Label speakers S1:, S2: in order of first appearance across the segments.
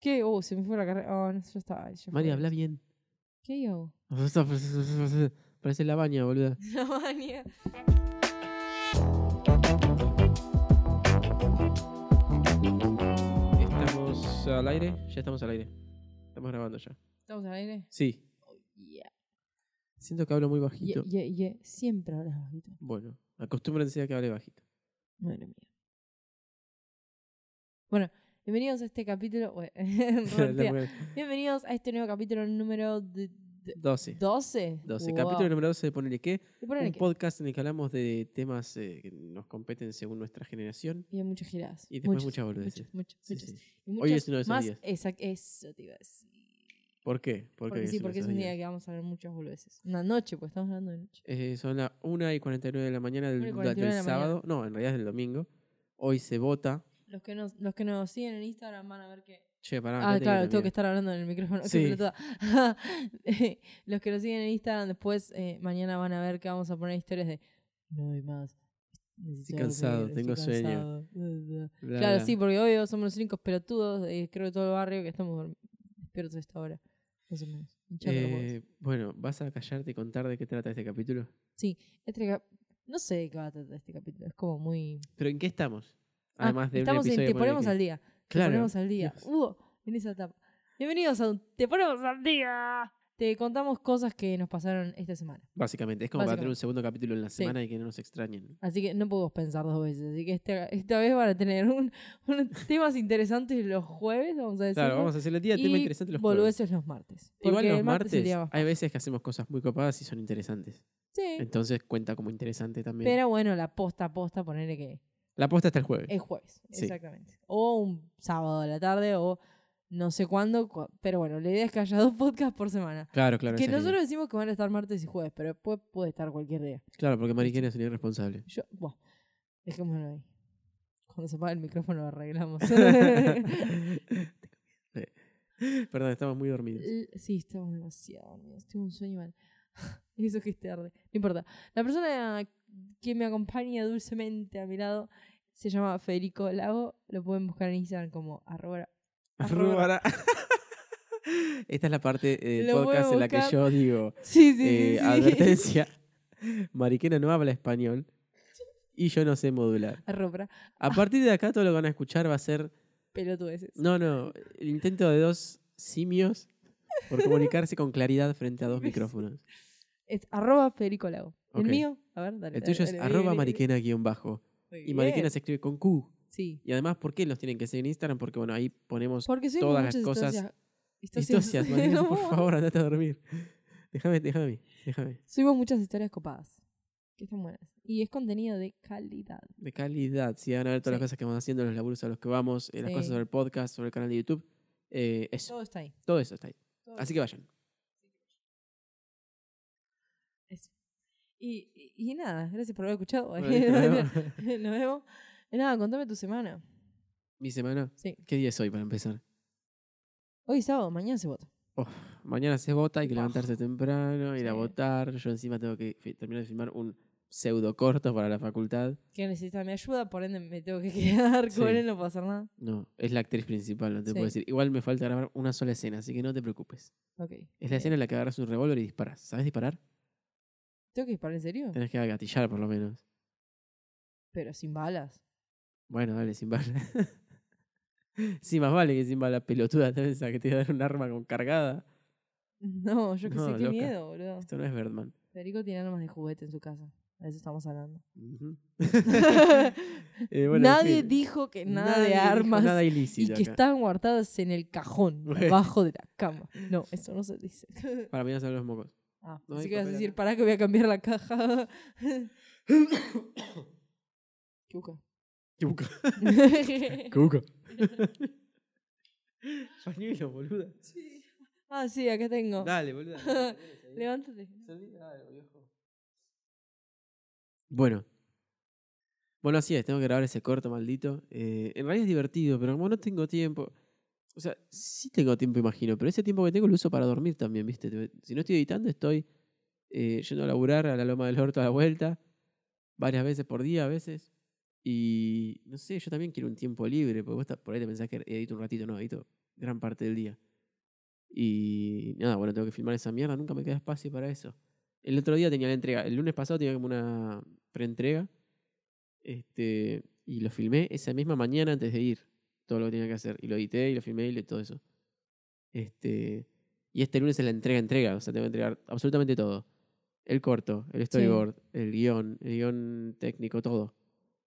S1: ¿Qué? Oh, se me fue la carrera. Oh, no, ya estaba. ya fue.
S2: María, habla bien.
S1: ¿Qué yo?
S2: Parece la baña, boluda.
S1: La manía.
S2: Estamos al aire. Ya estamos al aire. Estamos grabando ya.
S1: ¿Estamos al aire?
S2: Sí.
S1: Yeah.
S2: Siento que hablo muy bajito.
S1: Yeah, yeah, yeah. Siempre hablas bajito.
S2: Bueno, acostúmbrense a que hable bajito.
S1: Madre mía. Bueno, bienvenidos a este capítulo. Bueno, revertida. bienvenidos a este nuevo capítulo número de- de-
S2: 12.
S1: 12.
S2: 12.
S1: Wow.
S2: Capítulo número 12 de Ponele qué.
S1: Y ponele
S2: Un
S1: que-
S2: podcast en el que hablamos de temas eh, que nos competen según nuestra generación.
S1: Y hay muchas giradas.
S2: Y después muchas
S1: muchas
S2: boludeces.
S1: Muchas, muchas,
S2: Sí,
S1: muchas.
S2: sí.
S1: Y
S2: Hoy
S1: muchas
S2: es uno de esos
S1: más,
S2: días.
S1: Exacto, eso te iba a decir.
S2: ¿Por qué?
S1: Porque sí, porque es un día que vamos a hablar muchas boludeces. Una noche, pues estamos hablando de noche.
S2: Eh, son las 1 y 49 de la mañana del,
S1: Una y
S2: del
S1: 49 de la mañana.
S2: sábado. No, en realidad es del domingo. Hoy se vota.
S1: Los que nos, los que nos siguen en Instagram van a ver que.
S2: Che, pará,
S1: Ah,
S2: acá
S1: claro, tengo que
S2: también.
S1: estar hablando en el micrófono. qué
S2: Sí.
S1: pelotuda. los que nos siguen en Instagram después, eh, mañana van a ver que vamos a poner historias de. No hay más. Necesito dormir,
S2: cansado, tengo sueño".
S1: cansado, bla, bla".
S2: Bla,
S1: Claro,
S2: bla.
S1: sí, porque obvio somos los únicos pelotudos, eh, creo, de todo el barrio que estamos dorm- despiertos a esta hora. Más o menos. hinchando los huevos.
S2: Eh, bueno, ¿vas a callarte y contar de qué trata este capítulo?
S1: Este cap- no sé de qué va a tratar este capítulo, es como muy...
S2: ¿Pero en qué estamos?
S1: Ah,
S2: Además de
S1: estamos en
S2: un episodio
S1: Te
S2: de Ponele
S1: ponemos
S2: qué.
S1: al día.
S2: Claro.
S1: Te ponemos al día. Hugo, en esa etapa. Bienvenidos a un Te ponemos al día. Te contamos cosas que nos pasaron esta semana.
S2: Básicamente, es como para tener un
S1: Básicamente.
S2: segundo capítulo en la
S1: Sí.
S2: semana y que no nos extrañen.
S1: Así que no podemos pensar dos veces. Así que esta, esta vez van a tener un, unos temas interesantes los jueves, vamos a decir.
S2: Claro, vamos a hacer el día, tema interesante los jueves.
S1: Boludeces los martes.
S2: Igual
S1: Porque
S2: los
S1: el martes es el
S2: martes
S1: día más-
S2: hay veces que hacemos cosas muy copadas y son interesantes.
S1: Sí.
S2: Entonces cuenta como interesante también.
S1: Pero bueno, la posta a posta, ponerle que
S2: la posta está el jueves.
S1: es jueves,
S2: Sí.
S1: exactamente. O un sábado a la tarde o no sé cuándo, cu- pero bueno, la idea es que haya dos podcasts por semana.
S2: Claro, claro.
S1: que
S2: esa es la idea.
S1: nosotros decimos que van a estar martes y jueves, pero después puede estar cualquier día.
S2: Claro, porque Mariquena es un irresponsable.
S1: Yo, buah, dejémoslo ahí. Cuando se apague el micrófono lo arreglamos.
S2: Perdón, estamos muy dormidos.
S1: L- sí, estamos demasiado dormidos. Tengo un sueño mal. Eso que es tarde. No importa. La persona que me acompaña dulcemente a mi lado se llama Federico Lago. Lo pueden buscar en Instagram como arroba. arroba-
S2: Arrobara. Esta es la parte eh, del
S1: Lo voy a
S2: podcast en la que
S1: buscar.
S2: yo digo
S1: Sí, sí, sí,
S2: eh,
S1: sí.
S2: advertencia. Mariquena no habla español y yo no sé modular.
S1: Arroba.
S2: A partir de acá todo lo que van a escuchar va a ser
S1: Pelotudeces.
S2: no, no, el intento de dos simios por comunicarse con claridad frente a dos
S1: Me-
S2: micrófonos.
S1: Es arroba Federico Lago.
S2: Ok.
S1: El mío, a ver, dale.
S2: El tuyo es arroba mariquena guión bajo y mariquena se escribe con Q.
S1: Sí.
S2: Y además, ¿por qué los tienen que seguir en Instagram? Porque bueno, ahí ponemos
S1: Porque soy
S2: todas
S1: muchas
S2: las cosas-
S1: historias- historias-
S2: Estosias, Mariana,
S1: No,
S2: por favor, andate a dormir. Déjame, déjame a mí, déjame.
S1: Subimos muchas historias copadas. Que están buenas. Y es contenido de calidad.
S2: De calidad, si van a ver todas
S1: Sí.
S2: las cosas que vamos haciendo, los laburos a los que vamos, eh, las
S1: Sí.
S2: cosas sobre el podcast, sobre el canal de YouTube. eh, eso,
S1: Todo está ahí.
S2: todo eso está ahí.
S1: Todo
S2: Así que vayan.
S1: Y, y- y nada, gracias por haber escuchado.
S2: Bueno, listo, nos vemos.
S1: Nos vemos. Eh, Nada, contame tu semana.
S2: Mi semana,
S1: Sí.
S2: ¿qué día es hoy para empezar?
S1: Hoy es sábado, mañana se vota.
S2: Mañana se vota, hay que
S1: Bajo.
S2: levantarse temprano, ir a
S1: Sí.
S2: votar. Yo encima tengo que fi- terminar de filmar un pseudo corto para la facultad.
S1: Que necesita mi ayuda, por ende me tengo que quedar con
S2: Sí.
S1: él, no puedo hacer nada.
S2: No, es la actriz principal, no te
S1: Sí.
S2: puedo decir. Igual me falta grabar una sola escena, así que no te preocupes.
S1: Ok. Eh,
S2: Es la escena en la que agarras un revólver y disparas. ¿Sabes disparar?
S1: ¿Tengo que disparar en serio?
S2: Tenés que gatillar por lo menos.
S1: Pero sin balas.
S2: Bueno, dale, sin bala. sí, más vale que sin bala pelotuda, te pensás que te iba a dar un arma con cargada.
S1: No, yo qué
S2: No,
S1: sé, qué
S2: loca.
S1: miedo, boludo.
S2: Esto no es Birdman.
S1: Federico tiene armas de juguete en su casa. De eso estamos hablando.
S2: Ujú. Eh, bueno, en
S1: nadie
S2: fin,
S1: dijo que nada
S2: nadie
S1: de
S2: dijo
S1: armas
S2: Nada
S1: y
S2: ilícito.
S1: que
S2: acá.
S1: están guardadas en el cajón,
S2: Bueno.
S1: abajo de la cama. No, eso no se dice.
S2: Para mí no son los mocos.
S1: Ah,
S2: No
S1: así
S2: hay
S1: que vas a
S2: papel
S1: decir,
S2: acá.
S1: pará que voy a cambiar la caja. ¿Qué busca?
S2: Cuca. Cuca. Pañuelo, boluda.
S1: ah, sí, acá tengo.
S2: Dale, boluda.
S1: Levántate.
S2: Bueno. Bueno, así es, tengo que grabar ese corto maldito. Eh, en realidad es divertido, pero como no tengo tiempo. O sea, sí tengo tiempo, imagino, pero ese tiempo que tengo lo uso para dormir también, ¿viste? Te- Si no estoy editando, estoy eh, yendo a laburar a la loma del orto a la vuelta, varias veces por día a veces. Y no sé, yo también quiero un tiempo libre, porque vos ta- por ahí te pensás que edito un ratito, no, edito gran parte del día. Y nada, bueno, tengo que filmar esa mierda, nunca me queda espacio para eso. El otro día tenía la entrega, el lunes pasado tenía como una preentrega. Este, y lo filmé esa misma mañana antes de ir, todo lo que tenía que hacer. Y lo edité y lo filmé y le- todo eso. Este, y este lunes es la entrega, entrega, o sea, tengo que entregar absolutamente todo. El corto, el storyboard, el guión, el guión técnico, todo.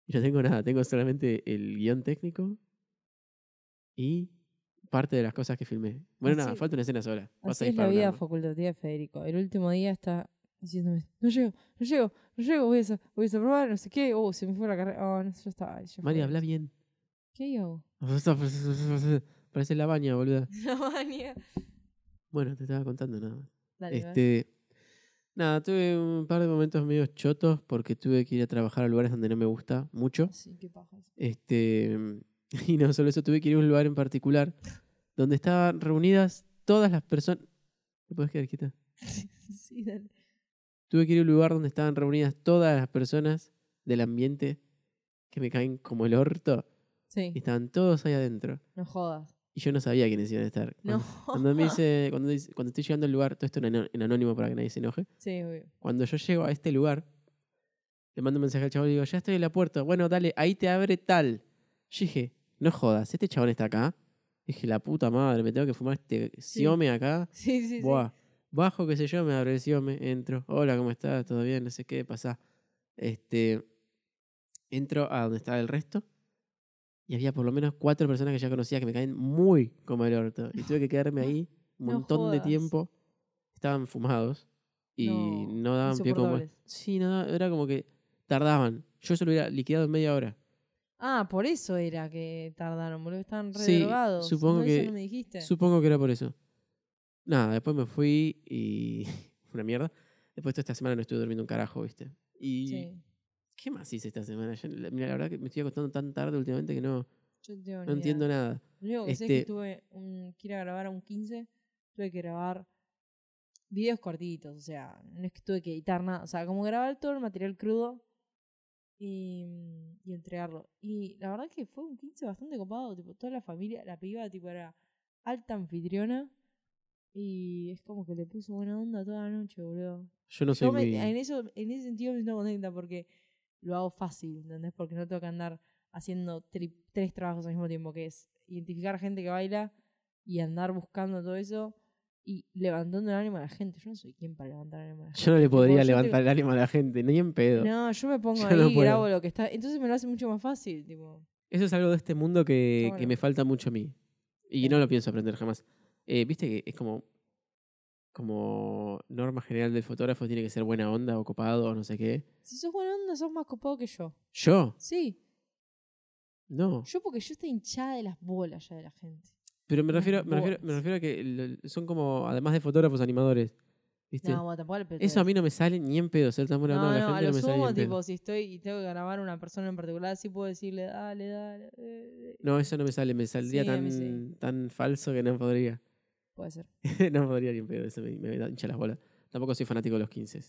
S2: Y no tengo nada, tengo solamente el guión técnico y parte de las cosas que filmé. Bueno, nada,
S1: Así-
S2: falta una escena sola. Vas
S1: Así
S2: a
S1: es la
S2: disparar un
S1: vida
S2: arma.
S1: facultativa de Federico. El último día está diciéndome, no llego, no llego, no llego, voy a, sa- voy a probar, no sé qué, oh, se me fue la carrera, oh, no sé, ya está. ay, ya fue.
S2: María, habla bien.
S1: ¿Qué hago?
S2: Parece la baña, boluda.
S1: La manía.
S2: Bueno, te estaba contando nada más.
S1: Dale, dale.
S2: Este, nada, tuve un par de momentos medio chotos porque tuve que ir a trabajar a lugares donde no me gusta mucho.
S1: Sí, qué paja. eso.
S2: Este, y no solo eso, tuve que ir a un lugar en particular donde estaban reunidas todas las personas. ¿Te puedes quedar quieta?
S1: sí, dale.
S2: Tuve que ir a un lugar donde estaban reunidas todas las personas del ambiente que me caen como el orto
S1: Sí,
S2: y estaban todos ahí adentro.
S1: no jodas.
S2: Y yo no sabía quiénes iban a estar.
S1: No.
S2: Cuando, me dice, cuando, dice- cuando estoy llegando al lugar, todo esto en ano- en anónimo para que nadie se enoje.
S1: Sí, obvio.
S2: Cuando yo llego a este lugar, le mando un mensaje al chabón y digo, ya estoy en la puerta. Bueno, dale, ahí te abre tal. Yo dije, no jodas, este chabón está acá. Dije, la puta madre, me tengo que fumar este siome acá.
S1: Sí, sí, sí.
S2: Buah. Bajo, qué sé yo, me abre el siome, entro. Hola, ¿cómo estás? ¿Todo bien? No sé qué, pasá. Este, entro a donde estaba el resto. Y había por lo menos cuatro personas que ya conocía que me caen muy como el orto. Y tuve que quedarme ahí un
S1: No
S2: montón de
S1: jodas.
S2: tiempo. Estaban fumados. Y
S1: No,
S2: no, daban pie como...
S1: insoportables.
S2: Sí, no, daba- era como que tardaban. Yo se lo hubiera liquidado en media hora.
S1: Ah, por eso era que tardaron, boludo. Estaban re
S2: Sí,
S1: drogados.
S2: supongo
S1: No, eso
S2: que-
S1: no me dijiste.
S2: Supongo que era por eso. Nada, después me fui y... una mierda. Después toda esta semana no estuve durmiendo un carajo, ¿viste? Y...
S1: Sí.
S2: ¿Qué más hice esta semana? Yo, la- mira, la verdad que me estoy acostando tan tarde últimamente que no,
S1: Yo no, tengo ni
S2: no
S1: idea.
S2: entiendo nada.
S1: Lo único que sé es que
S2: Este-
S1: tuve un, que ir a grabar a un 15, tuve que grabar videos cortitos, o sea, no es que tuve que editar nada, o sea, como grabar todo el material crudo y, y entregarlo. Y la verdad que fue un 15 bastante copado, tipo, toda la familia, la piba, tipo, era alta anfitriona y es como que le puso buena onda toda la noche, boludo.
S2: Yo no soy
S1: Yo me-
S2: muy...
S1: en, eso, en ese sentido me siento contenta porque lo hago fácil, ¿entendés? Porque no tengo que andar haciendo tri- tres trabajos al mismo tiempo, que es identificar gente que baila y andar buscando todo eso y levantando el ánimo a la gente. Yo no soy quien para levantar el ánimo a la gente.
S2: Yo no le podría
S1: yo
S2: levantar
S1: tengo-
S2: el ánimo a la gente, ni en pedo.
S1: No, yo me pongo
S2: Yo
S1: ahí
S2: no
S1: y
S2: puedo.
S1: grabo lo que está. Entonces me lo hace mucho más fácil, tipo.
S2: Eso es algo de este mundo que,
S1: Está
S2: que
S1: bueno.
S2: me falta mucho a mí. Y
S1: Sí.
S2: no lo pienso aprender jamás. Eh, Viste que es como... Como norma general del fotógrafo tiene que ser buena onda o copado o no sé qué.
S1: Si sos buena onda, sos más copado que yo.
S2: Yo,
S1: Sí,
S2: no.
S1: yo porque yo estoy hinchada de las bolas ya de la gente.
S2: Pero me
S1: Unas
S2: refiero, me refiero, me
S1: bolas.
S2: refiero a que lo- son como, además de fotógrafos, animadores. ¿Viste?
S1: No, bueno, tampoco le
S2: Eso a mí no me sale ni en pedo, ser tan buena
S1: No,
S2: onda.
S1: no,
S2: a la
S1: a
S2: gente
S1: lo
S2: no me sale ni
S1: sumo,
S2: en pedo.
S1: tipo, si estoy y tengo que grabar a una persona en particular, sí puedo decirle, dale, dale. eh, eh,
S2: No, eso no me sale, me saldría
S1: Sí, a mí
S2: tan,
S1: sí.
S2: tan falso que no podría.
S1: Puede ser.
S2: no podría ni en pedo, eso me, me da hincha las bolas. Tampoco soy fanático de los 15.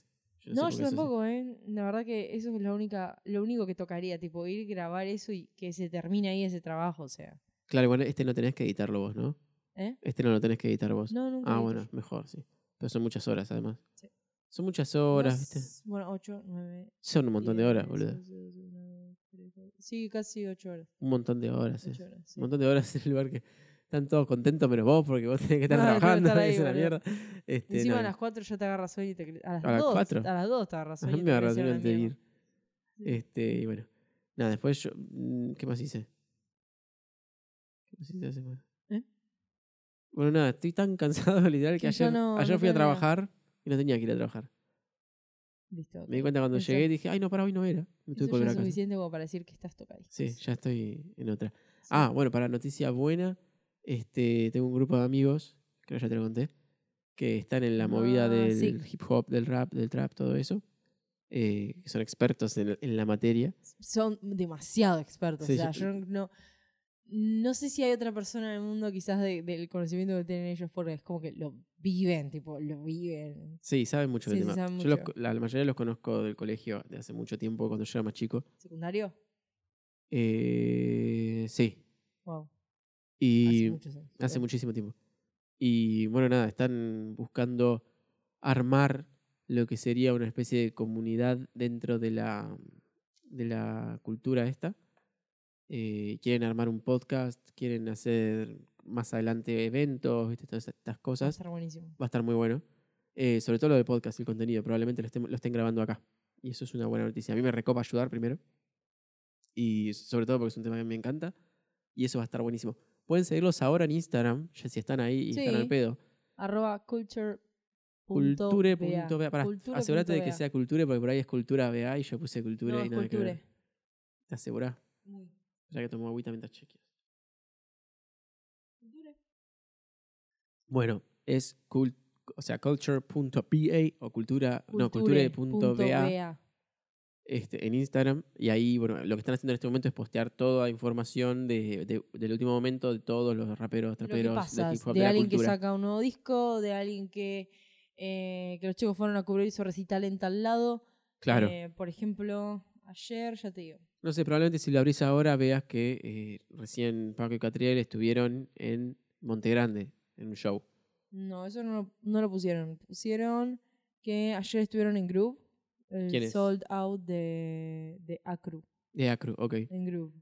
S1: No,
S2: Yo sé por qué
S1: yo
S2: eso sí.
S1: tampoco, ¿eh? La verdad que eso es la única, lo único que tocaría, tipo, ir grabar eso y que se termine ahí ese trabajo, o sea.
S2: Claro, igual este no tenés que editarlo vos, ¿no?
S1: ¿Eh?
S2: Este no lo tenés que editar vos.
S1: No, nunca.
S2: ah,
S1: vi.
S2: bueno, mejor, sí. Pero son muchas horas, además.
S1: Sí.
S2: Son muchas horas,
S1: Más-
S2: ¿viste?
S1: Bueno, ocho, nueve.
S2: Son un montón de horas,
S1: diez,
S2: boludo.
S1: once, doce, una, tres, cuatro. Sí, casi ocho horas.
S2: Un montón de horas, es.
S1: Ocho horas. sí.
S2: Un montón de horas en el lugar que están todos contentos, menos vos, porque vos tenés que estar
S1: Ah, tengo que
S2: trabajando.
S1: estar ahí,
S2: es una
S1: boludo.
S2: mierda. Este,
S1: Encima
S2: no,
S1: a las cuatro ya te agarras sueño y te. A las
S2: ¿A las
S1: dos.
S2: cuatro?
S1: A las dos te agarras
S2: A
S1: sueño.
S2: mí
S1: y
S2: me
S1: te
S2: agarró
S1: querés ir a la
S2: durante
S1: mierda.
S2: ir.
S1: Sí.
S2: Este, y bueno. Nada, después yo. mm, ¿Qué más hice? ¿Qué más hice la semana?
S1: ¿Eh?
S2: Bueno, nada, estoy tan cansado literal que,
S1: Que ya
S2: ayer,
S1: no-
S2: ayer
S1: no
S2: fui a
S1: tenés ganas.
S2: trabajar y no tenía que ir a trabajar.
S1: Listo.
S2: Me di cuenta cuando
S1: Pensé-
S2: llegué y dije, ay no, para hoy no era. Me
S1: Eso
S2: tuve que
S1: ya
S2: volver
S1: es
S2: a casa.
S1: suficiente como para decir que estás tocadista.
S2: Sí, ya estoy en otra.
S1: Sí.
S2: Ah, bueno, para noticia buena, este, tengo un grupo de amigos, creo que ya te lo conté, que están en la movida
S1: Ah,
S2: del
S1: sí.
S2: hip hop, del rap, del trap, todo eso. Eh, que son expertos en- en la materia.
S1: Son demasiado expertos.
S2: Sí,
S1: o sea,
S2: sí.
S1: yo no. No sé si hay otra persona en el mundo quizás de- del conocimiento que tienen ellos porque es como que lo viven, tipo, lo viven.
S2: Sí, saben mucho del
S1: Sí, sí,
S2: tema.
S1: saben
S2: Yo los
S1: mucho.
S2: co- la, la mayoría los conozco del colegio de hace mucho tiempo, cuando yo era más chico.
S1: ¿Secundario?
S2: Eh, sí.
S1: Wow.
S2: Y
S1: hace muchos años.
S2: Hace
S1: Pero-
S2: muchísimo tiempo. Y bueno, nada, están buscando armar lo que sería una especie de comunidad dentro de la, de la cultura esta. Eh, quieren armar un podcast, quieren hacer más adelante eventos, ¿viste? todas estas
S1: Va a
S2: cosas.
S1: estar buenísimo.
S2: Va a estar muy bueno. Eh, sobre todo lo de podcast, el contenido. Probablemente lo estén, lo estén grabando acá. Y eso es una buena noticia. A mí me recopa ayudar primero. Y sobre todo porque es un tema que me encanta. Y eso va a estar buenísimo. Pueden seguirlos ahora en Instagram, ya si están ahí y están
S1: Sí.
S2: al pedo.
S1: Arroba culture. punto BA.
S2: Culture.ba. Pará,
S1: Culture
S2: asegurate de
S1: punto
S2: que
S1: BA.
S2: sea culture, porque por ahí es cultura BA y yo puse culture
S1: No,
S2: y
S1: es
S2: nada que ver.
S1: culture.
S2: ¿Te asegurás?
S1: Muy.
S2: Ya que tomo agüita mientras chequeo.
S1: Culture.
S2: Bueno, es cul o sea, culture.ba o cultura, no,
S1: Culture punto
S2: culture.ba.
S1: BA.
S2: este, en Instagram y ahí, bueno, lo que están haciendo en este momento es postear toda información de, de- del último momento de todos los raperos,
S1: lo que
S2: traperos,
S1: pasa,
S2: del hip hop,
S1: de,
S2: de, la
S1: alguien que
S2: cultura.
S1: saca un nuevo disco, de alguien que, eh, que los chicos fueron a cubrir su recital en tal lado.
S2: Claro.
S1: Eh, por ejemplo, ayer, ya te digo.
S2: No sé, probablemente si lo abrís ahora veas que eh, recién Paco y Catriel estuvieron en Monte Grande, en un show.
S1: No, eso no, lo- no lo pusieron. Pusieron que ayer estuvieron en Groove. el
S2: ¿Quiénes?
S1: Sold Out de, de Acru.
S2: De Acru, ok.
S1: En Groove.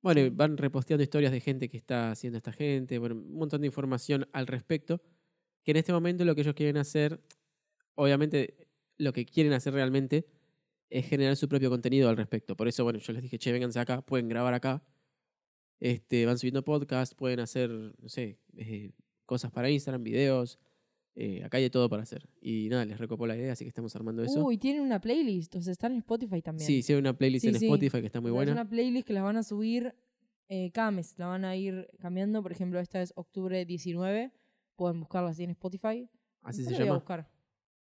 S2: Bueno, y
S1: Sí.
S2: van reposteando historias de gente que está haciendo esta gente, bueno, un montón de información al respecto, que en este momento lo que ellos quieren hacer, obviamente lo que quieren hacer realmente es generar su propio contenido al respecto. Por eso, bueno, yo les dije, che, vénganse acá, pueden grabar acá, este, van subiendo podcast, pueden hacer, no sé, eh, cosas para Instagram, videos, eh, acá hay de todo para hacer. Y nada, les recopó la idea, así que estamos armando eso.
S1: Uy, tienen una playlist. O sea, están en Spotify también.
S2: sí, hicieron una playlist
S1: Sí,
S2: en
S1: sí.
S2: Spotify que está muy
S1: O sea,
S2: buena.
S1: Es una playlist que las van a subir eh, cada mes. La van a ir cambiando. Por ejemplo, esta es octubre 19. Pueden buscarla así en Spotify.
S2: Así
S1: Después la
S2: se
S1: voy a
S2: llama.
S1: buscar.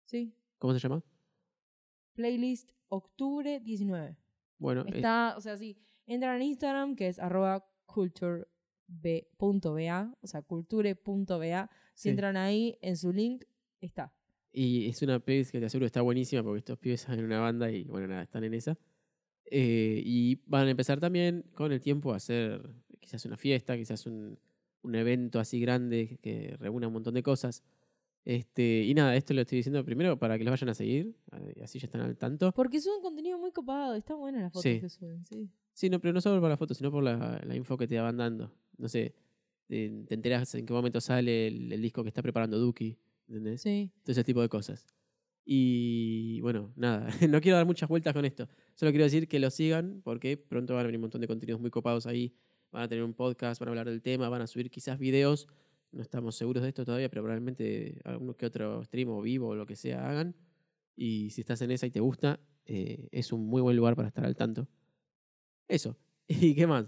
S1: Sí.
S2: ¿Cómo se llama?
S1: Playlist octubre 19.
S2: Bueno, este, es-
S1: Está, o sea, sí. Entran en Instagram, que es arroba cultureb.ba, o sea, culture.ba. Si
S2: sí.
S1: entran ahí, en su link, está.
S2: Y es una playlist que te aseguro está buenísima porque estos pibes están en una banda y bueno, nada, están en esa. Eh, y van a empezar también con el tiempo a hacer quizás una fiesta, quizás un, un evento así grande que reúna un montón de cosas. Este, y nada, esto lo estoy diciendo primero para que los vayan a seguir, eh, así ya están al tanto.
S1: Porque suben contenido muy copado. Está buena las fotos
S2: Sí.
S1: que suben, sí.
S2: Sí, no, pero no solo por la foto, sino por la, la info que te van dando. No sé, te, te enteras en qué momento sale el, el disco que está preparando Duki, ¿entendés?
S1: Sí.
S2: todo ese tipo de cosas. Y bueno, nada, no quiero dar muchas vueltas con esto. Solo quiero decir que lo sigan porque pronto van a venir un montón de contenidos muy copados ahí. Van a tener un podcast, van a hablar del tema, van a subir quizás videos. No estamos seguros de esto todavía, pero probablemente alguno que otro stream o vivo o lo que sea hagan. Y si estás en esa y te gusta, eh, es un muy buen lugar para estar al tanto. Eso. ¿Y qué más?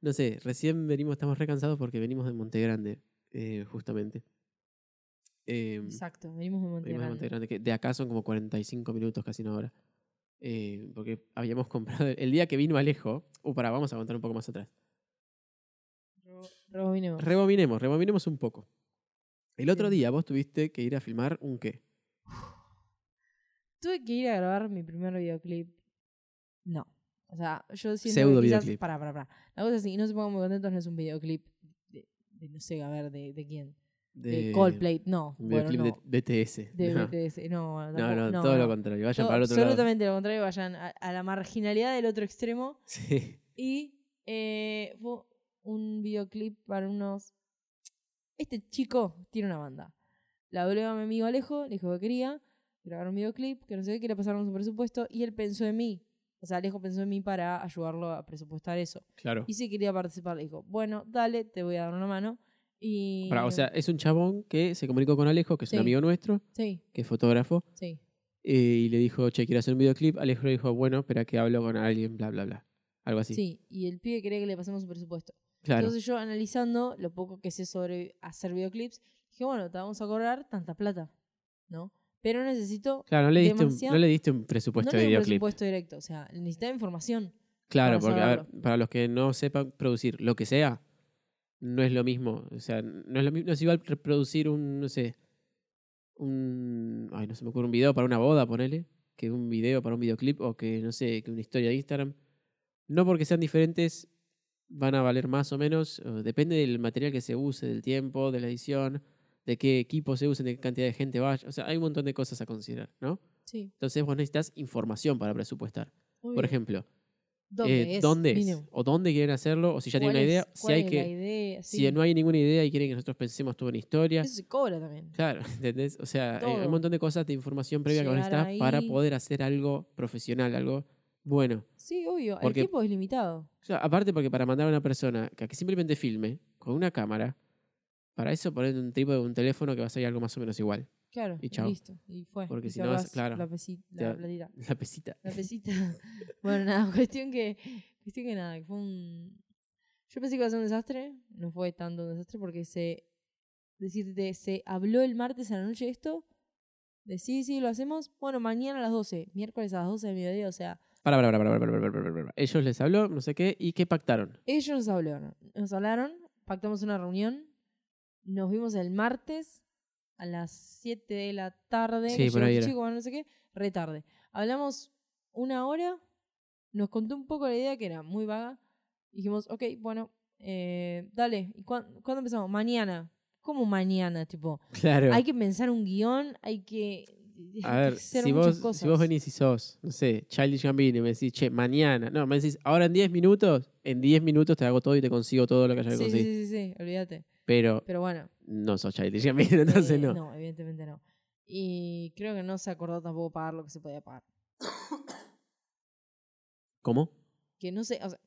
S2: No sé, recién venimos, estamos recansados porque venimos de Monte Grande, eh, justamente. Em,
S1: Exacto, venimos de Monte
S2: Venimos de
S1: Grande.
S2: Monte Grande, que de acá son como 45 minutos, casi una hora. Eh, porque habíamos comprado. El día que vino Alejo. Uh, pará, vamos a contar un poco más atrás.
S1: Ro- rebobinemos.
S2: Rebobinemos, rebobinemos un poco. El otro
S1: Bien.
S2: día vos tuviste que ir a filmar un qué.
S1: Tuve que ir a grabar mi primer videoclip. No. O sea, yo siento
S2: Pseudo
S1: que quizás...
S2: videoclip.
S1: Pará, pará, pará. La cosa es así, no se pongan muy contentos, no es un videoclip de, de no sé, a ver, de, de quién. De, Coldplay, no.
S2: Un
S1: Bueno,
S2: videoclip
S1: no.
S2: de BTS.
S1: de
S2: no.
S1: BTS. No, bueno,
S2: No,
S1: tampoco-
S2: no,
S1: no,
S2: todo
S1: no.
S2: lo contrario. Vayan
S1: Todo-
S2: para el otro lado.
S1: absolutamente lo contrario, vayan a, a la marginalidad del otro extremo.
S2: Sí.
S1: Y eh, fue un videoclip para unos... Este chico tiene una banda. La hablé a mi amigo Alejo, le dijo que quería grabar un videoclip, que no sé qué, que le pasaron su presupuesto, y él pensó en mí. O sea, Alejo pensó en mí para ayudarlo a presupuestar eso.
S2: Claro.
S1: Y si quería participar, le dijo, bueno, dale, te voy a dar una mano. Y...
S2: Pará, o sea, es un chabón que se comunicó con Alejo, que es un
S1: Sí.
S2: amigo nuestro,
S1: Sí,
S2: que es fotógrafo,
S1: sí.
S2: eh, y le dijo, che, quiero hacer un videoclip. Alejo le dijo, bueno, espera que hablo con alguien, bla, bla, bla. Algo así.
S1: Sí, y el pibe quería que le pasemos su presupuesto.
S2: Claro.
S1: Entonces yo analizando lo poco que sé sobre hacer videoclips, dije, bueno, te vamos a cobrar tanta plata, ¿no? Pero necesito...
S2: Claro, no le diste, un,
S1: demasiado-
S2: no le diste un
S1: no
S2: presupuesto de
S1: le di un
S2: videoclip.
S1: presupuesto directo, o sea, necesitaba información.
S2: claro,
S1: para
S2: porque a ver, para los que no sepan producir lo que sea, no es lo mismo. O sea, no es lo mismo, no es igual pre- producir un, no sé, un, ay, no se me ocurre un video para una boda, ponele, que un video para un videoclip o que, no sé, que una historia de Instagram. No porque sean diferentes van a valer más o menos, eh, depende del material que se use, del tiempo, de la edición, de qué equipo se use, de qué cantidad de gente vaya. O sea, hay un montón de cosas a considerar, ¿no?
S1: Sí.
S2: Entonces vos necesitas información para presupuestar. Por ejemplo,
S1: ¿dónde
S2: eh,
S1: es?
S2: ¿dónde es?
S1: Mínimo.
S2: ¿O dónde quieren hacerlo? ¿O si ya tienen
S1: ¿Cuál
S2: una
S1: es-
S2: idea? Si
S1: cuál
S2: hay
S1: es
S2: que...
S1: la idea?
S2: Si
S1: Sí.
S2: no hay ninguna idea y quieren que nosotros pensemos toda una historia,
S1: Eso se cobra también.
S2: Claro, ¿entendés? O sea, eh, hay- hay
S1: Todo.
S2: un montón de cosas de información previa que van a
S1: Llegar
S2: necesitar para
S1: ahí.
S2: poder hacer algo profesional, algo bueno.
S1: Sí, obvio.
S2: Porque-
S1: el tiempo es limitado.
S2: O sea, aparte porque para mandar a una persona que, que simplemente filme con una cámara, para eso poner un tipo de un teléfono que va a salir algo más o menos igual.
S1: Claro.
S2: Y
S1: Y
S2: chao.
S1: Listo. Y fue.
S2: Porque
S1: Y
S2: si no vas-
S1: cargas
S2: claro,
S1: La pesita.
S2: te
S1: La,
S2: va-
S1: platita.
S2: La pesita.
S1: La pesita. bueno, nada. Cuestión que. Cuestión que nada. que Fue un. Yo pensé que iba a ser un desastre. No fue tanto un desastre porque se. Decirte, se habló el martes a la noche esto. De sí, sí, lo hacemos. Bueno, mañana a las 12. Miércoles a las 12 del mediodía. O sea,
S2: Para, para, para, para, para, para, para, para, para, para. Ellos les habló, no sé qué, y qué pactaron.
S1: Ellos nos hablaron, nos hablaron, pactamos una reunión, nos vimos el martes a las 7 de la tarde,
S2: Sí,
S1: que
S2: por
S1: llegó
S2: ahí
S1: el
S2: era.
S1: chico, bueno, no sé qué, retarde. Hablamos una hora, nos contó un poco la idea que era muy vaga, dijimos, ok, bueno, eh, dale, ¿y cuán- ¿cuándo empezamos? Mañana. ¿Cómo mañana? Tipo,
S2: Claro.
S1: hay que pensar un guión, hay que, hay
S2: a ver,
S1: que hacer
S2: si
S1: muchas
S2: vos,
S1: cosas.
S2: si vos venís y sos, no sé, Childish Gambino y me decís, che, mañana. No, me decís, ahora en 10 minutos, en 10 minutos te hago todo y te consigo todo lo que haya que
S1: sí, sí, sí,
S2: conseguir.
S1: sí, olvídate.
S2: Pero
S1: Pero bueno,
S2: no sos Childish Gambino, entonces
S1: Eh,
S2: no.
S1: No, evidentemente no. Y creo que no se acordó tampoco pagar lo que se podía pagar.
S2: ¿Cómo?
S1: Que no sé, o sea,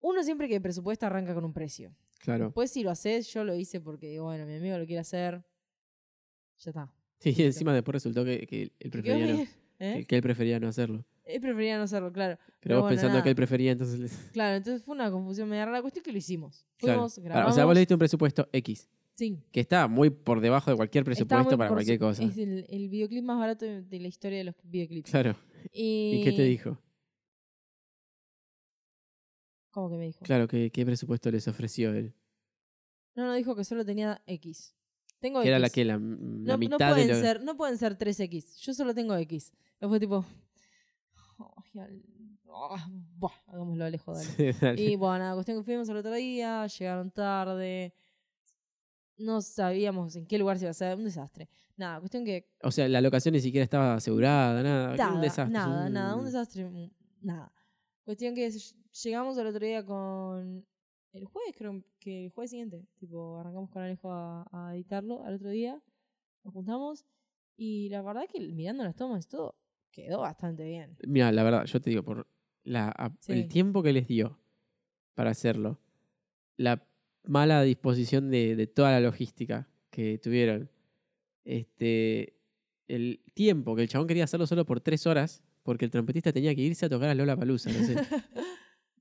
S1: uno siempre que presupuesta arranca con un precio.
S2: Claro.
S1: Después si lo haces, yo lo hice porque digo, bueno, mi amigo lo quiere hacer. Ya está.
S2: Y encima después resultó que, que
S1: Que
S2: él
S1: quedó
S2: prefería no,
S1: bien, ¿eh?
S2: que- que él prefería no hacerlo.
S1: Él prefería no hacerlo, claro.
S2: Pero
S1: Pero
S2: vos
S1: bueno,
S2: pensando
S1: nada.
S2: que él prefería, entonces... les-
S1: Claro, entonces fue una confusión media rara. La cuestión es que lo hicimos.
S2: Claro.
S1: Fuimos,
S2: Pará,
S1: grabamos.
S2: O sea, vos le diste un presupuesto X,
S1: Sí.
S2: que está muy por debajo de cualquier
S1: Estaba
S2: presupuesto
S1: muy
S2: para
S1: por
S2: cualquier
S1: su-
S2: cosa.
S1: Es el, el videoclip más barato de, de la historia de los videoclips.
S2: Claro.
S1: Y...
S2: ¿Y qué te dijo?
S1: ¿Cómo que me dijo?
S2: Claro, ¿qué, qué presupuesto les ofreció él?
S1: No, no, dijo que solo tenía X. Tengo
S2: Que era la
S1: X.
S2: que la, la
S1: No, no
S2: mitad de
S1: pueden
S2: lo...
S1: ser, no pueden ser 3X. Yo solo tengo X. Y fue tipo. "Ay, al- ah, buah, hagámoslo lejos, dale.
S2: Sí, dale.
S1: Y bueno, nada, cuestión que fuimos al otro día, llegaron tarde. No sabíamos en qué lugar se iba a hacer, un desastre. Nada, cuestión que.
S2: O sea, la locación ni siquiera estaba asegurada, nada.
S1: Nada,
S2: un desastre.
S1: nada,
S2: un-
S1: nada, un desastre, mm, nada. Cuestión que ll- llegamos al otro día con. El jueves, creo que el jueves siguiente. Tipo, arrancamos con Alejo a, a editarlo al otro día. Nos juntamos. Y la verdad que mirando las tomas y todo, quedó bastante bien.
S2: Mira, la verdad, yo te digo, por la, a-
S1: Sí.
S2: el tiempo que les dio para hacerlo, la mala disposición de, de toda la logística que tuvieron, este, el tiempo que el chabón quería hacerlo solo por tres horas, porque el trompetista tenía que irse a tocar a Lola Palusa.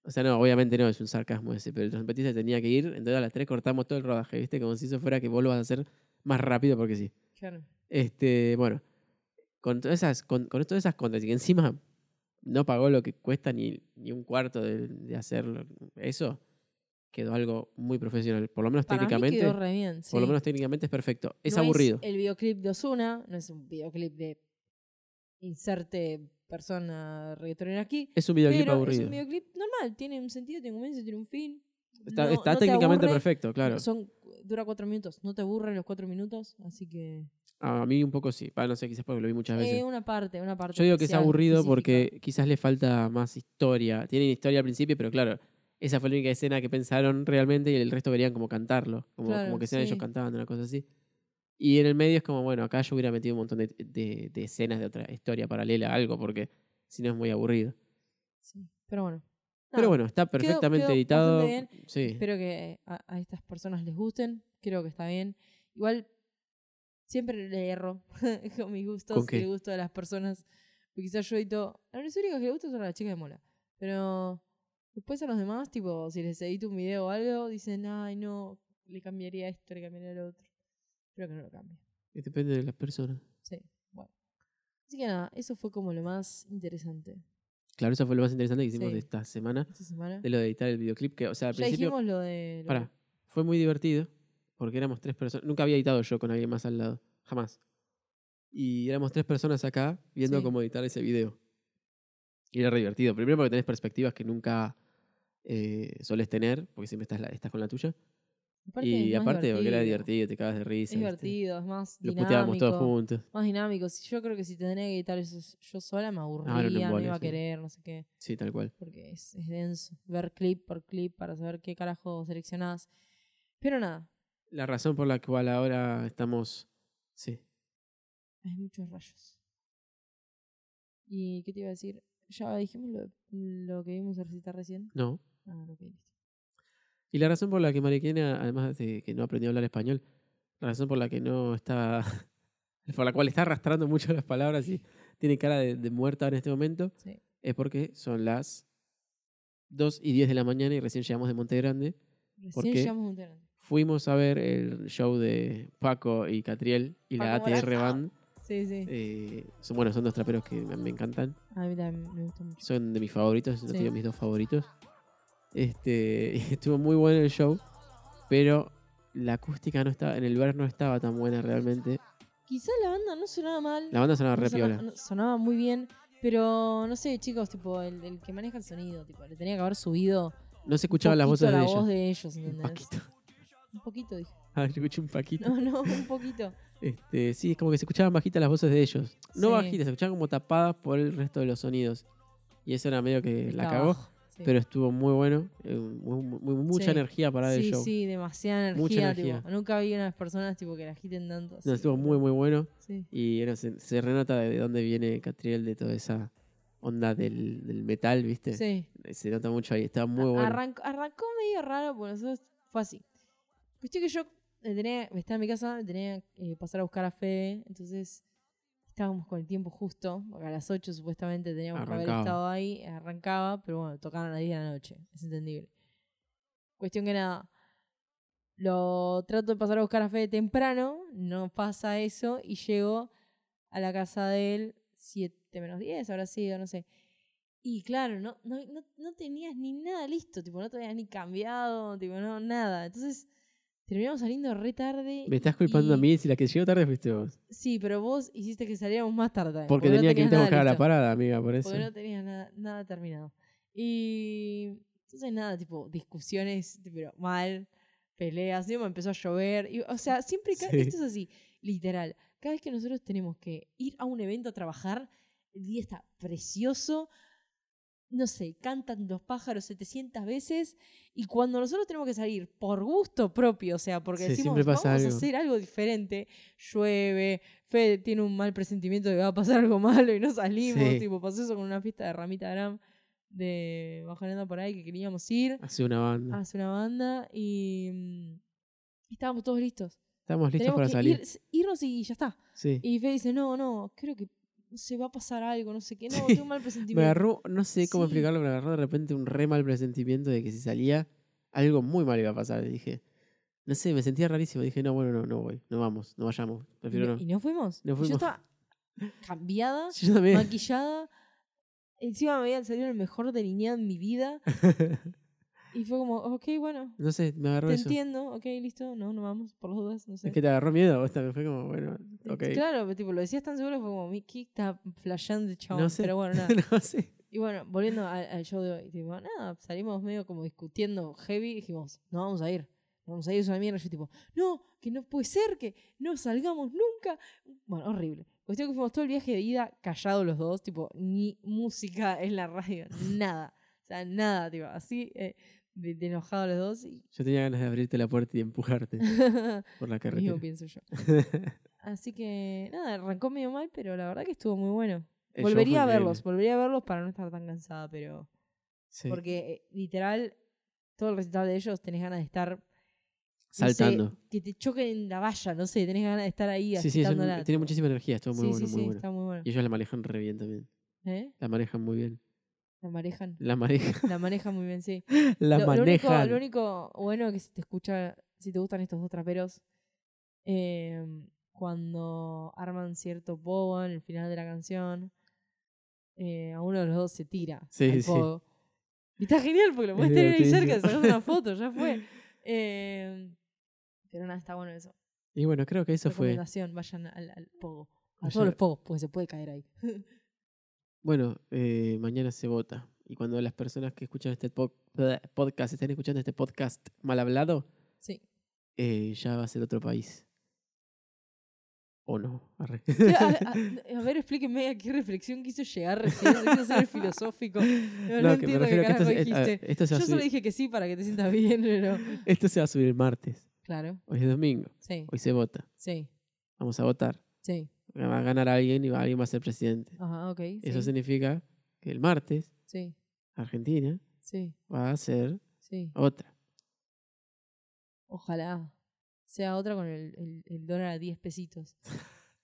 S2: O sea, no, obviamente no, es un sarcasmo ese, pero el trompetista tenía que ir, entonces a las tres cortamos todo el rodaje, ¿viste? Como si eso fuera que vos lo vas a hacer más rápido porque sí.
S1: Claro.
S2: Este, bueno, con todas esas, con, con todas esas contras, y que encima no pagó lo que cuesta ni, ni un cuarto de, de hacer eso, quedó algo muy profesional. Por lo menos
S1: Para mí
S2: técnicamente,
S1: quedó re bien. sí.
S2: por lo menos técnicamente es perfecto. Es
S1: No
S2: aburrido.
S1: el videoclip de Osuna, no es un videoclip de inserte persona reggaetonera aquí.
S2: es un videoclip
S1: pero
S2: aburrido.
S1: es un videoclip normal, tiene un sentido, tiene un comienzo, tiene un fin.
S2: Está,
S1: No-
S2: está
S1: no te
S2: técnicamente
S1: aburre,
S2: perfecto, claro.
S1: Son, dura cuatro minutos, no te aburren los cuatro minutos, así que...
S2: A mí un poco sí. Pa, no sé, quizás porque lo vi muchas veces.
S1: Eh, una parte, una parte.
S2: Yo digo que es
S1: especial,
S2: aburrido
S1: específica.
S2: porque quizás le falta más historia. Tienen historia al principio, pero claro, esa fue la única escena que pensaron realmente y el resto querían como cantarlo, como,
S1: Claro,
S2: como que sean ellos
S1: sí.
S2: cantando, una cosa así. Y en el medio es como, bueno, acá yo hubiera metido un montón de, de- de escenas de otra historia paralela, algo, porque si no es muy aburrido.
S1: Sí, pero bueno.
S2: Pero
S1: Nada,
S2: bueno, está perfectamente
S1: quedó
S2: editado.
S1: bastante
S2: Sí.
S1: Espero que a, a estas personas les gusten, creo que está bien. Igual, siempre le erro con mis gustos
S2: ¿Con
S1: y
S2: qué?
S1: el gusto de las personas. Porque quizás yo edito... A los únicos que le gustan son a las chicas de Mola. Pero después a los demás, tipo, si les edito un video o algo, dicen, ay, no, le cambiaría esto, le cambiaría lo otro. Espero que no lo cambie.
S2: Depende de las personas.
S1: Sí, bueno. Así que nada, eso fue como lo más interesante
S2: Claro, eso fue lo más interesante que hicimos
S1: Sí.
S2: de esta semana,
S1: esta semana.
S2: de lo de editar el videoclip, que, o sea, al
S1: ya
S2: principio...
S1: dijimos lo de... lo
S2: Pará, fue muy divertido porque éramos tres personas. Nunca había editado yo con alguien más al lado, jamás. Y éramos tres personas acá viendo
S1: Sí.
S2: cómo editar ese video. Y era re divertido. Primero porque tenés perspectivas que nunca eh, solés tener, porque siempre estás, la- estás con la tuya.
S1: Aparte
S2: y
S1: es más
S2: aparte, porque era
S1: divertido.
S2: divertido, te cagas de
S1: Es
S2: risa. ¿viste?
S1: divertido, es más
S2: Lo
S1: dinámico.
S2: puteábamos todos juntos.
S1: Más dinámico. Si yo creo que si tendría que editar eso yo sola me aburría, no
S2: Ah, embole,
S1: iba a
S2: sí.
S1: querer, no sé qué.
S2: Sí, tal cual.
S1: Porque es, es denso. Ver clip por clip para saber qué carajo seleccionás. Pero nada,
S2: La razón por la cual ahora estamos. Sí.
S1: hay muchos rayos. ¿Y qué te iba a decir? Ya dijimos lo, lo que vimos a recitar recién.
S2: No.
S1: Ah, ok, listo.
S2: Y la razón por la que Mariquena, además de que no aprendió a hablar español, la razón por la que no está. por la cual está arrastrando mucho las palabras y tiene cara de, de muerta ahora en este momento,
S1: Sí.
S2: es porque son las 2 y 10 de la mañana y recién llegamos de Monte Grande. ¿Por
S1: Recién
S2: qué?
S1: llegamos a un terreno.
S2: Fuimos a ver el show de Paco y Catriel y la
S1: Paco
S2: ATR
S1: Moraza.
S2: Band.
S1: Sí, sí.
S2: Eh, son, bueno, son dos traperos que me, me encantan.
S1: A mí también me gusta mucho.
S2: Son de mis favoritos, no
S1: Sí.
S2: tengo mis dos favoritos. Este, y estuvo muy bueno el show, pero la acústica no estaba, en el bar no estaba tan buena realmente.
S1: Quizás la banda no sonaba mal.
S2: La banda sonaba
S1: No
S2: re
S1: sona-
S2: piola.
S1: no- sonaba muy bien, pero no sé, chicos, tipo, el, el que maneja el sonido, tipo, le tenía que haber subido.
S2: No se escuchaban las voces
S1: la
S2: de
S1: voz
S2: ellos.
S1: de ellos,
S2: Un
S1: ¿entendés?
S2: paquito.
S1: Un poquito, dije.
S2: Ah, yo escuché un paquito.
S1: No, no, un poquito.
S2: Este, sí, es como que se escuchaban bajitas las voces de ellos. No
S1: Sí.
S2: bajitas, se escuchaban como tapadas por el resto de los sonidos. Y eso era medio que Eh, la
S1: Estaba
S2: cagó.
S1: abajo, sí.
S2: Pero estuvo muy bueno. eh, muy- muy- mucha
S1: Sí.
S2: energía para el
S1: Sí,
S2: show.
S1: sí, demasiada energía.
S2: Mucha
S1: tipo,
S2: energía.
S1: nunca vi unas personas tipo que la agiten tanto. así,
S2: No, estuvo
S1: boludo.
S2: muy, muy bueno.
S1: Sí.
S2: Y bueno, se, se renota de dónde viene Catriel, de toda esa onda del, del metal, ¿viste?
S1: Sí.
S2: Se nota mucho ahí, está muy
S1: A-
S2: bueno.
S1: Arrancó, arrancó medio raro, porque nosotros fue así. Cuestión que yo eh, tenía, estaba en mi casa, tenía que eh, pasar a buscar a Fede, entonces estábamos con el tiempo justo, porque a las 8 supuestamente teníamos que haber
S2: Arrancaba.
S1: estado ahí, arrancaba, pero bueno, tocaron a las 10 de la noche, es entendible. Cuestión que nada, lo trato de pasar a buscar a Fede temprano, no pasa eso, y llego a la casa de él 7 menos 10, ahora sí, no sé. Y claro, no, no, no, no tenías ni nada listo, tipo, no te habías ni cambiado, tipo, no, nada. Entonces, terminamos saliendo re tarde.
S2: Me estás culpando a
S1: y-
S2: mí si la que llegó tarde fuiste vos.
S1: Sí, pero vos hiciste que saliéramos más tarde. también,
S2: Porque
S1: no
S2: tenía que
S1: tenías
S2: irte a
S1: nada
S2: buscar a la
S1: listo,
S2: parada, amiga, por eso.
S1: Porque no tenías nada, nada terminado. Y entonces nada, tipo, discusiones, pero mal, peleas, encima empezó a llover. y- o sea, siempre, ca-
S2: Sí.
S1: esto es así, literal. Cada vez que nosotros tenemos que ir a un evento a trabajar, el día está precioso, no sé, cantan los pájaros 700 veces y cuando nosotros tenemos que salir por gusto propio, o sea, porque
S2: Sí,
S1: decimos
S2: siempre
S1: vamos
S2: pasa
S1: a
S2: algo".
S1: hacer algo diferente, llueve, Fede tiene un mal presentimiento de que va a pasar algo malo y no salimos,
S2: Sí.
S1: tipo, pasó eso con una fiesta de Ramita Gram de Bajoneando por ahí que queríamos ir,
S2: Hace una banda.
S1: hace una banda y mm, estábamos todos listos.
S2: Estamos listos
S1: Tenemos
S2: para
S1: que
S2: salir.
S1: ir- irnos y ya está.
S2: Sí.
S1: Y Fede dice, no, no, creo que se va a pasar algo, no sé qué, no,
S2: Sí.
S1: tengo un mal
S2: Me
S1: presentimiento.
S2: agarró, no sé cómo
S1: Sí.
S2: explicarlo, me agarró de repente un re mal presentimiento de que si salía, algo muy mal iba a pasar. Dije, no sé, me sentía rarísimo. Dije, no, bueno, no, no voy, no vamos, no vayamos.
S1: Y
S2: Prefiero
S1: no,
S2: no.
S1: y no fuimos.
S2: No
S1: Yo
S2: fuimos.
S1: estaba cambiada,
S2: Sí, Yo también.
S1: maquillada. Encima me habían salido el mejor delineado en mi vida. Y fue como, ok, bueno,
S2: No sé, me agarró
S1: te
S2: eso.
S1: entiendo, ok, listo, no, no vamos, por las dudas, no sé.
S2: Es que te agarró miedo, vos también fue como, bueno,
S1: Eh,
S2: ok.
S1: Claro, pero tipo, lo decías tan seguro, fue como, Mickey está flasheando, chabón.
S2: No sé.
S1: Pero bueno, nada.
S2: no sé.
S1: Y bueno, volviendo al, al show de hoy, tipo, nada, salimos medio como discutiendo heavy y dijimos, no vamos a ir, no vamos a ir, es una mierda. Yo tipo, no, que no puede ser, que no salgamos nunca. Bueno, horrible. Cuestión que fuimos todo el viaje de ida callados los dos, tipo, ni música en la radio, nada. O sea, nada, tipo, así eh, de, de enojados los dos y
S2: Yo tenía ganas de abrirte la puerta y de empujarte por la carretera.
S1: mismo pienso yo. Así que nada, arrancó medio mal, pero la verdad que estuvo muy bueno.
S2: El show Eh, fue
S1: volvería a
S2: increíble.
S1: verlos, volvería a verlos para no estar tan cansada, pero...
S2: Sí,
S1: Porque eh, literal, todo el recital de ellos tenés ganas de estar no sé,
S2: Saltando.
S1: que te choquen en la valla, no sé, tenés ganas de estar ahí
S2: sí, sí, son-
S1: agitándola,
S2: tiene
S1: tipo.
S2: muchísima energía, estuvo muy
S1: sí,
S2: bueno,
S1: sí,
S2: muy
S1: sí,
S2: bueno.
S1: está muy bueno.
S2: Y ellos la manejan re bien también.
S1: ¿Eh?
S2: La manejan muy bien.
S1: La manejan.
S2: La manejan.
S1: La manejan muy bien, sí.
S2: La
S1: lo, lo único,
S2: manejan.
S1: lo único bueno que si te escucha, si te gustan estos dos traperos, eh, cuando arman cierto pogo en el final de la canción, eh, a uno de los dos se tira
S2: Sí,
S1: al
S2: sí.
S1: pogo. Y está genial porque lo
S2: Es
S1: puedes tener ahí cerca,
S2: divertidísimo.
S1: sacas una foto, ya fue. Eh, pero nada, está bueno eso.
S2: Y bueno, creo que eso fue.
S1: Recomendación, vayan al, al pogo. A
S2: Vayan-
S1: pues, todos los pogos, porque se puede caer ahí.
S2: Bueno, eh, mañana se vota. Y cuando las personas que escuchan este po- podcast estén escuchando este podcast mal hablado,
S1: Sí.
S2: eh, ya va a ser otro país. ¿O no? Arre.
S1: A, a- a ver, explíquenme a qué reflexión quiso llegar recién. Quiso ser filosófico. No,
S2: No, que me
S1: entiendo qué
S2: refiero que
S1: carajo
S2: esto, se- es- a ver,
S1: dijiste.
S2: esto se va
S1: Yo
S2: a
S1: solo
S2: subir,
S1: dije que sí para que te sientas bien, pero.
S2: esto se va a subir el martes.
S1: Claro,
S2: Hoy es domingo.
S1: sí,
S2: Hoy se vota.
S1: sí,
S2: Vamos a votar.
S1: sí.
S2: Va a ganar alguien y va- alguien va a ser presidente.
S1: Ajá, ok. Sí,
S2: Eso significa que el martes
S1: sí,
S2: Argentina
S1: sí,
S2: va a ser
S1: sí.
S2: otra.
S1: Ojalá sea otra con el, el, el dólar a 10 pesitos.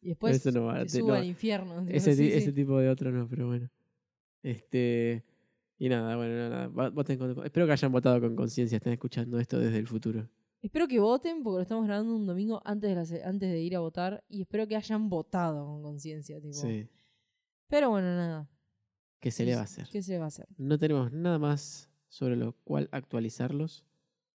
S1: Y después
S2: Eso no va a-
S1: que
S2: te-
S1: suba
S2: no.
S1: al infierno. tipo,
S2: Ese,
S1: sí,
S2: ti-
S1: sí.
S2: ese tipo de otro no, pero bueno. Este. Y nada, bueno, no, nada. Va- voten con- espero que hayan votado con conciencia. Están escuchando esto desde el futuro.
S1: Espero que voten, porque lo estamos grabando un domingo antes de, la ce- antes de ir a votar. Y espero que hayan votado con conciencia. tipo.
S2: Sí.
S1: Pero bueno, nada.
S2: ¿Qué se le va a hacer?
S1: ¿Qué se le va a hacer?
S2: No tenemos nada más sobre lo cual actualizarlos.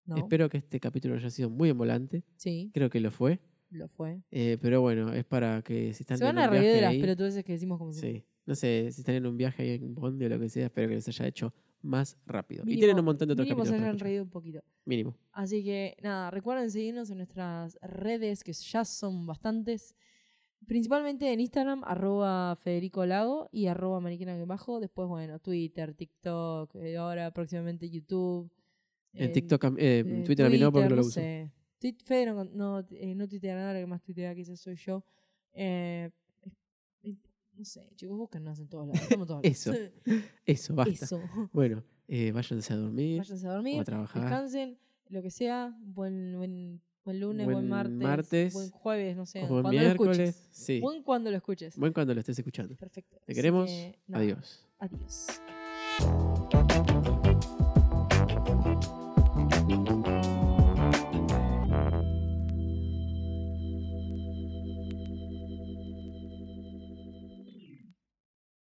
S1: No.
S2: Espero que este capítulo haya sido muy envolante.
S1: Sí,
S2: Creo que lo fue.
S1: lo fue.
S2: Eh, pero bueno, es para que si están
S1: Se van
S2: en
S1: a
S2: un
S1: reír
S2: viaje
S1: de las
S2: ahí-
S1: pelotudeces que decimos como si.
S2: Sí. No sé, si están en un viaje ahí en Bondi o lo que sea, espero que les haya hecho más rápido. y
S1: Mínimo-
S2: tienen un montón de otros
S1: Mínimo
S2: capítulos.
S1: se
S2: para
S1: hayan
S2: escuchar.
S1: reído un poquito.
S2: Mínimo.
S1: Así que nada, recuerden seguirnos en nuestras redes, que ya son bastantes. Principalmente en Instagram, arroba Federico Lago y arroba Mariquina que bajo. Después, bueno, Twitter, TikTok, eh, ahora próximamente YouTube.
S2: En
S1: eh,
S2: TikTok, a-
S1: eh,
S2: eh, en Twitter a mí no, porque no lo uso.
S1: sé. Tuit- Fede no, no, eh, no tuitea nada, la que más tuitea quizás soy yo. Eh, eh, no sé, chicos, búsquennos en todos lados. Estamos en todos
S2: Eso,
S1: lados.
S2: Eso, basta.
S1: Eso.
S2: Bueno, eh, váyanse a dormir
S1: Váyanse a
S2: o
S1: dormir.
S2: a trabajar.
S1: descansen, lo que sea, buen, buen, buen lunes, buen,
S2: Buen
S1: martes,
S2: martes,
S1: buen jueves, no sé,
S2: o buen
S1: cuando lo
S2: miércoles.
S1: escuches.
S2: Sí. Buen...
S1: Buen cuando lo escuches.
S2: cuando lo estés escuchando.
S1: Perfecto.
S2: Te
S1: Así
S2: queremos.
S1: que, nada,
S2: Adiós.
S1: Adiós.